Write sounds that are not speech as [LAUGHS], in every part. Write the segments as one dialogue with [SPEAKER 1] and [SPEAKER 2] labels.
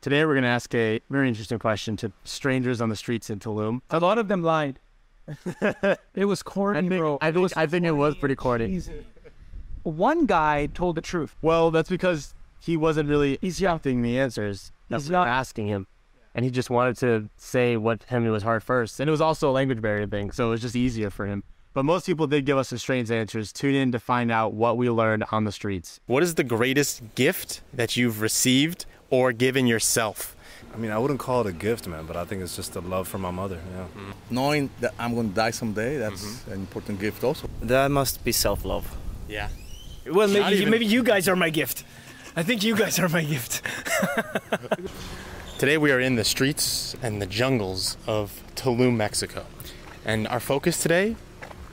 [SPEAKER 1] Today, we're going to ask a very interesting question to strangers on the streets in Tulum.
[SPEAKER 2] A lot of them [LAUGHS] lied. it was corny, bro.
[SPEAKER 1] I think, I think it was pretty corny.
[SPEAKER 2] Easy. One guy told the truth.
[SPEAKER 1] Well, that's because he wasn't really
[SPEAKER 2] He's young.
[SPEAKER 1] expecting the answers. That's
[SPEAKER 2] He's
[SPEAKER 1] what
[SPEAKER 2] not-
[SPEAKER 1] we're asking him. And he just wanted to say what him it was hard first. And it was also a language barrier thing, so it was just easier for him. But most people did give us some strange answers. Tune in to find out what we learned on the streets.
[SPEAKER 3] What is the greatest gift that you've received or given yourself?
[SPEAKER 4] I mean, I wouldn't call it a gift, man, but I think it's just the love from my mother. Yeah.
[SPEAKER 5] Mm-hmm.
[SPEAKER 4] Mm-hmm.
[SPEAKER 5] knowing that I'm going to die someday, that's an important gift also.
[SPEAKER 6] That must be self love.
[SPEAKER 3] Yeah.
[SPEAKER 7] Well, maybe,
[SPEAKER 3] even-
[SPEAKER 7] maybe you guys are my gift. I think you guys are my gift.
[SPEAKER 3] Today we are in the streets and the jungles of Tulum, Mexico. And our focus today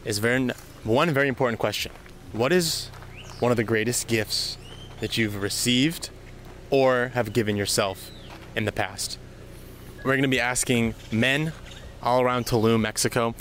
[SPEAKER 3] is very one very important question. What is one of the greatest gifts that you've received or have given yourself in the past? We're going to be asking men all around Tulum, Mexico,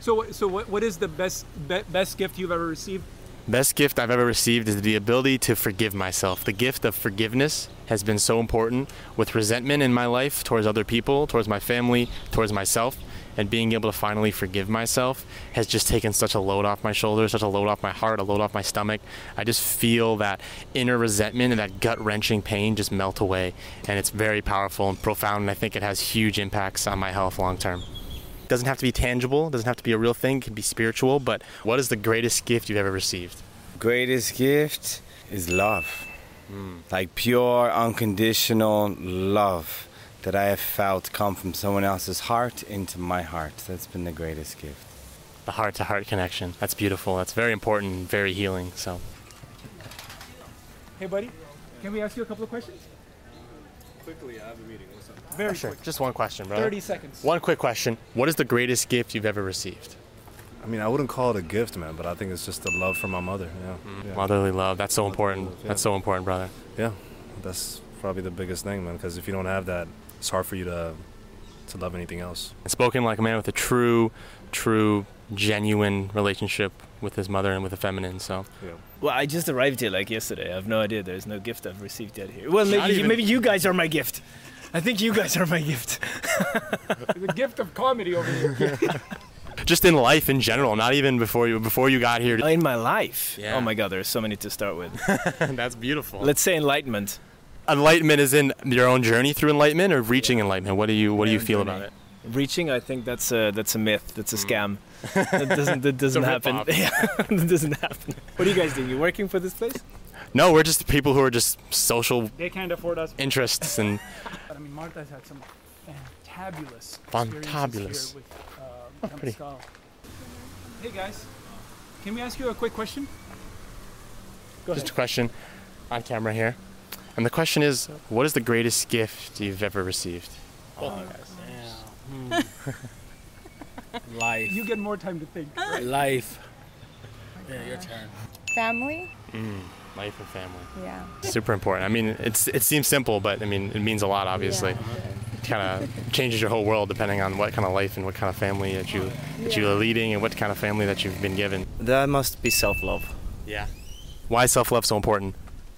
[SPEAKER 2] So, so what, what is the best be, best gift you've ever received?
[SPEAKER 3] Best gift I've ever received is the ability to forgive myself. The gift of forgiveness has been so important with resentment in my life towards other people, towards my family, towards myself, and being able to finally forgive myself has just taken such a load off my shoulders, such a load off my heart, a load off my stomach. I just feel that inner resentment and that gut wrenching pain just melt away, and it's very powerful and profound, and I think it has huge impacts on my health long term doesn't have to be tangible, doesn't have to be a real thing, can be spiritual, but what is the greatest gift you've ever received?
[SPEAKER 6] Greatest gift is love. Like pure, unconditional love that I have felt come from someone else's heart into my heart. That's been the greatest gift.
[SPEAKER 3] The heart to heart connection. That's beautiful. That's very important, and very healing. So
[SPEAKER 2] Hey, buddy, can we ask you a couple of questions?
[SPEAKER 3] very sure. Just one question, brother.
[SPEAKER 2] Thirty seconds.
[SPEAKER 3] One quick question. What is the greatest gift you've ever received?
[SPEAKER 4] I mean, I wouldn't call it a gift, man, but I think it's just the love from my mother. Yeah.
[SPEAKER 5] Mm-hmm.
[SPEAKER 4] Yeah.
[SPEAKER 3] Motherly love. That's so important. That's so important, brother.
[SPEAKER 4] yeah. That's probably the biggest thing, man, because if you don't have that, it's hard for you to to love anything else.
[SPEAKER 3] And spoken like a man with a true, true, genuine relationship with his mother and with the feminine. So
[SPEAKER 7] Well, I just arrived here like yesterday. I have no idea. There's no gift I've received yet here. Well,
[SPEAKER 3] Not
[SPEAKER 7] maybe,
[SPEAKER 3] even-
[SPEAKER 7] maybe you guys are my gift. I think you guys are my gift.
[SPEAKER 2] the gift of comedy over here.
[SPEAKER 3] just in life in general, not even before you before you got here.
[SPEAKER 7] [LAUGHS]
[SPEAKER 3] [LAUGHS]
[SPEAKER 7] In my life.
[SPEAKER 3] Yeah.
[SPEAKER 7] Oh my God, there's so many to start with.
[SPEAKER 3] That's beautiful.
[SPEAKER 7] Let's say enlightenment.
[SPEAKER 3] enlightenment is in your own journey through enlightenment or reaching enlightenment what do you what do you
[SPEAKER 7] own
[SPEAKER 3] feel
[SPEAKER 7] journey.
[SPEAKER 3] about it
[SPEAKER 7] Reaching, I think that's a that's a myth. That's a
[SPEAKER 8] Mm.
[SPEAKER 7] scam.
[SPEAKER 8] [LAUGHS]
[SPEAKER 7] that doesn't that doesn't happen. [LAUGHS]
[SPEAKER 3] rip-off.
[SPEAKER 7] Yeah, that doesn't happen. What are you guys doing? You working for this place?
[SPEAKER 3] no we're just people who are just social
[SPEAKER 2] They can't afford us.
[SPEAKER 3] interests and
[SPEAKER 2] But, I mean, Martha's had some fantabulous.
[SPEAKER 3] Fantabulous.
[SPEAKER 2] experiences here With, uh, Namaskar. Hey guys, can we ask you a quick question?
[SPEAKER 3] just a question on camera here and the question is what is the greatest gift you've ever received
[SPEAKER 9] Life.
[SPEAKER 2] You get more time to think.
[SPEAKER 9] Life. Yeah, your turn.
[SPEAKER 8] Family?
[SPEAKER 3] life and family
[SPEAKER 8] Yeah.
[SPEAKER 3] super important i mean it's it seems simple but i mean it means a lot obviously kind of changes your whole world depending on what kind of life and what kind of family that you that you are leading and what kind of family that you've been given
[SPEAKER 6] That must be self love.
[SPEAKER 3] yeah why is self-love so important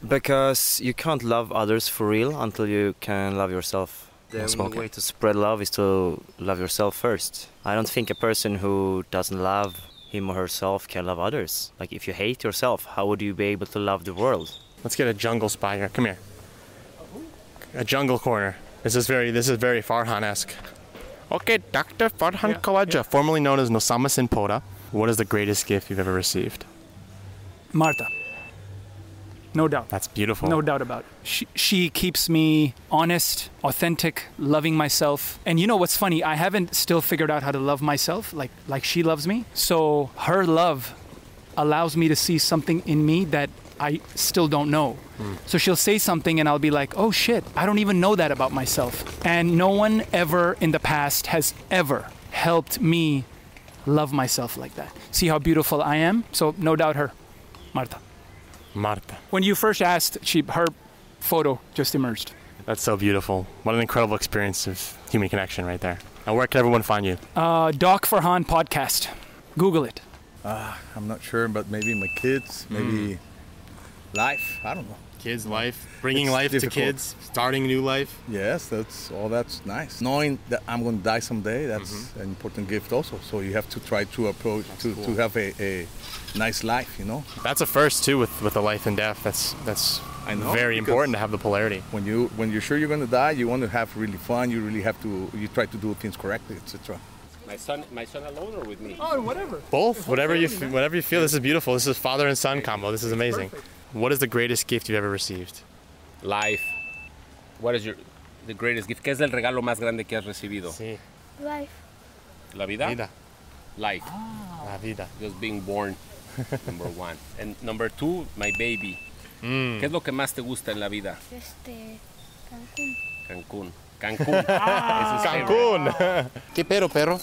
[SPEAKER 6] Because you can't love others for real until you can love yourself. The only
[SPEAKER 3] spoken.
[SPEAKER 6] way to spread love is to love yourself first. I don't think a person who doesn't love him or herself can love others. Like if you hate yourself, how would you be able to love the world?
[SPEAKER 3] Let's get a jungle spot here. Come here. A jungle corner. This is very this is very Farhan-esque. Okay, Dr. Farhan Kawaja, formerly known as Nosama Sinpoda. What is the greatest gift you've ever received?
[SPEAKER 2] Martha. No doubt.
[SPEAKER 3] That's beautiful.
[SPEAKER 2] No doubt about it. She, she keeps me honest, authentic, loving myself. And you know what's funny? I haven't still figured out how to love myself like like she loves me. So her love allows me to see something in me that I still don't know. So she'll say something and I'll be like, "Oh shit, I don't even know that about myself." And no one ever in the past has ever helped me love myself like that. See how beautiful I am? So no doubt her, Martha
[SPEAKER 3] Marta.
[SPEAKER 2] when you first asked, she her photo just emerged.
[SPEAKER 3] That's so beautiful. What an incredible experience of human connection right there. And where can everyone find you?
[SPEAKER 2] Uh, Doc Farhan podcast. Google it.
[SPEAKER 5] Hmm. I'm not sure, but maybe my kids, maybe life. I don't know.
[SPEAKER 3] kids, life, bringing
[SPEAKER 5] It's
[SPEAKER 3] life
[SPEAKER 5] difficult.
[SPEAKER 3] to kids, starting a new life.
[SPEAKER 5] Yes, that's all. that's nice. Knowing that I'm going to die someday, that's an important gift also. So you have to try to approach to, to have a, a nice life, you know.
[SPEAKER 3] That's a first too with with the life and death. That's that's
[SPEAKER 5] I know,
[SPEAKER 3] very
[SPEAKER 5] because-
[SPEAKER 3] important to have the polarity.
[SPEAKER 5] When you when you're sure you're going to die, you want to have really fun. You really have to you try to do things correctly, etc.
[SPEAKER 8] My son, my son alone or with me?
[SPEAKER 2] Oh, whatever.
[SPEAKER 3] Both, whatever you f- whatever you feel. This is beautiful. This is father and son combo. This is amazing. What is the greatest gift you've ever received?
[SPEAKER 8] Life. What is your the greatest gift? ¿Qué es el regalo más grande que has recibido?
[SPEAKER 10] Life.
[SPEAKER 8] La vida.
[SPEAKER 3] Vida.
[SPEAKER 8] Life.
[SPEAKER 3] La vida.
[SPEAKER 8] Just being born. Number one. And number two, my baby. ¿Qué es lo que más te gusta en la vida?
[SPEAKER 10] Este. Cancún.
[SPEAKER 8] Cancún. Cancún. Es his favorite.
[SPEAKER 3] [LAUGHS] ¿Qué pero, perro?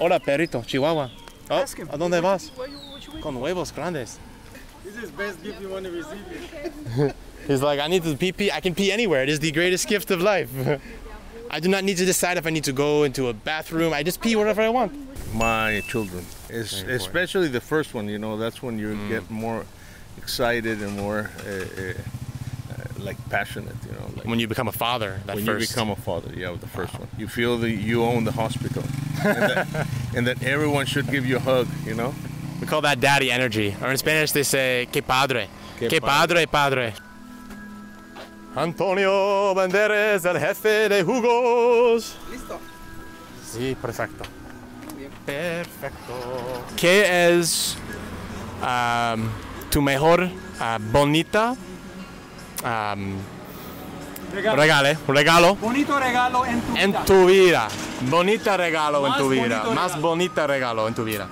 [SPEAKER 3] Hola, perrito, Chihuahua. Oh, ¿A dónde vas? Con huevos grandes. This is best gift you want to receive. [LAUGHS] He's like, I need to pee pee. I can pee anywhere. It is the greatest gift of life. [LAUGHS] I do not need to decide if I need to go into a bathroom. I just pee wherever I want.
[SPEAKER 5] My children, es- especially the first one, you know, that's when you get more excited and more uh, uh, uh, like passionate, you know. Like,
[SPEAKER 3] When you become a father, that
[SPEAKER 5] when
[SPEAKER 3] first.
[SPEAKER 5] you become a father, yeah, with the first one, you feel that you own the hospital,
[SPEAKER 3] [LAUGHS]
[SPEAKER 5] and, that, and that everyone should give you a hug, you know.
[SPEAKER 3] we call that daddy energy. Or in Spanish, they say, que padre.
[SPEAKER 5] Que
[SPEAKER 3] Que padre, padre. Antonio Banderas, el jefe de jugos.
[SPEAKER 9] Listo.
[SPEAKER 3] Sí, perfecto. Perfecto. ¿Qué es um, tu mejor uh, bonita um, regale, regalo
[SPEAKER 2] Bonito regalo en tu
[SPEAKER 3] en
[SPEAKER 2] vida.
[SPEAKER 3] tu vida? Bonita regalo en
[SPEAKER 2] Más
[SPEAKER 3] tu vida.
[SPEAKER 2] bonito
[SPEAKER 3] Más
[SPEAKER 2] regalo.
[SPEAKER 3] bonita regalo en tu vida.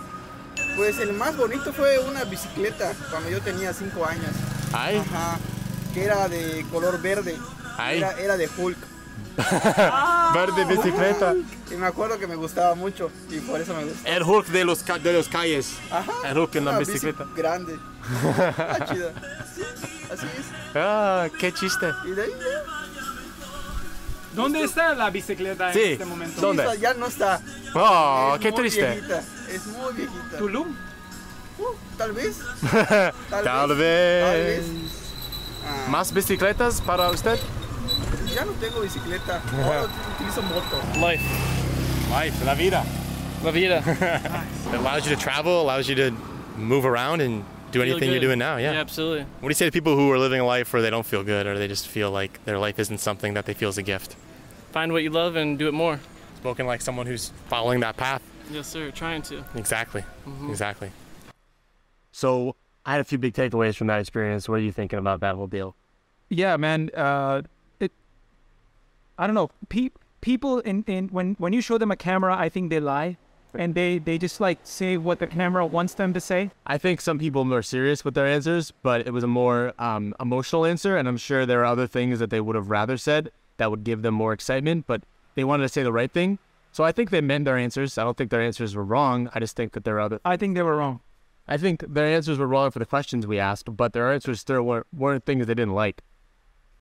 [SPEAKER 9] Pues el más bonito fue una bicicleta cuando yo tenía 5 años.
[SPEAKER 3] Ay,
[SPEAKER 9] Ajá. Que era de color verde.
[SPEAKER 3] ay.
[SPEAKER 9] Era, era de Hulk.
[SPEAKER 3] Verde bicicleta.
[SPEAKER 9] Y me acuerdo que me gustaba mucho. Y por eso me gusta.
[SPEAKER 3] El Hulk de los, ca- de los calles.
[SPEAKER 9] Ajá.
[SPEAKER 3] El Hulk en la
[SPEAKER 9] una
[SPEAKER 5] Ah,
[SPEAKER 9] bici
[SPEAKER 3] bicicleta. [LAUGHS]
[SPEAKER 9] grande. Está chida. Sí, así es.
[SPEAKER 3] Ah, qué chiste.
[SPEAKER 9] Y de ahí ya.
[SPEAKER 2] ¿Dónde está la bicicleta
[SPEAKER 3] Sí.
[SPEAKER 2] en este momento?
[SPEAKER 3] ¿Dónde?
[SPEAKER 9] Esa ya no está.
[SPEAKER 3] Oh,
[SPEAKER 9] Es
[SPEAKER 3] qué
[SPEAKER 9] muy
[SPEAKER 3] triste.
[SPEAKER 9] viejita, Es muy viejita.
[SPEAKER 2] Tulum.
[SPEAKER 9] Uh,
[SPEAKER 3] [LAUGHS]
[SPEAKER 9] tal vez. Tal,
[SPEAKER 3] Tal
[SPEAKER 9] Tal
[SPEAKER 3] vez.
[SPEAKER 9] vez. Ah,
[SPEAKER 3] ¿Más bicicletas para usted?
[SPEAKER 9] ya no tengo bicicleta. Ahora utilizo moto.
[SPEAKER 7] Life.
[SPEAKER 3] Life, la vida.
[SPEAKER 7] La [LAUGHS] vida.
[SPEAKER 3] It allows you to travel, allows you to move around and do
[SPEAKER 7] Feel
[SPEAKER 3] anything you're
[SPEAKER 7] good.
[SPEAKER 3] doing now. Yeah.
[SPEAKER 7] absolutely.
[SPEAKER 3] What do you say to people who are living a life where they don't feel good or they just feel like their life isn't something that they feel is a gift?
[SPEAKER 7] Find what you love and do it more.
[SPEAKER 3] Spoken like someone who's following that path.
[SPEAKER 7] Yes, sir. Trying to.
[SPEAKER 3] Exactly.
[SPEAKER 1] Mm-hmm.
[SPEAKER 3] Exactly.
[SPEAKER 1] So I had a few big takeaways from that experience. What are you thinking about that whole deal?
[SPEAKER 2] yeah man uh it i don't know pe- people in, in when when you show them a camera i think they lie and they they just like say what the camera wants them to say
[SPEAKER 1] I think some people are serious with their answers, but it was a more um, emotional answer, and I'm sure there are other things that they would have rather said that would give them more excitement, but they wanted to say the right thing. So I think they meant their answers. I don't think their answers were wrong. I just think that there are other.
[SPEAKER 2] i think they were wrong
[SPEAKER 1] I think their answers were wrong for the questions we asked, but their answers still weren't, weren't things they didn't like.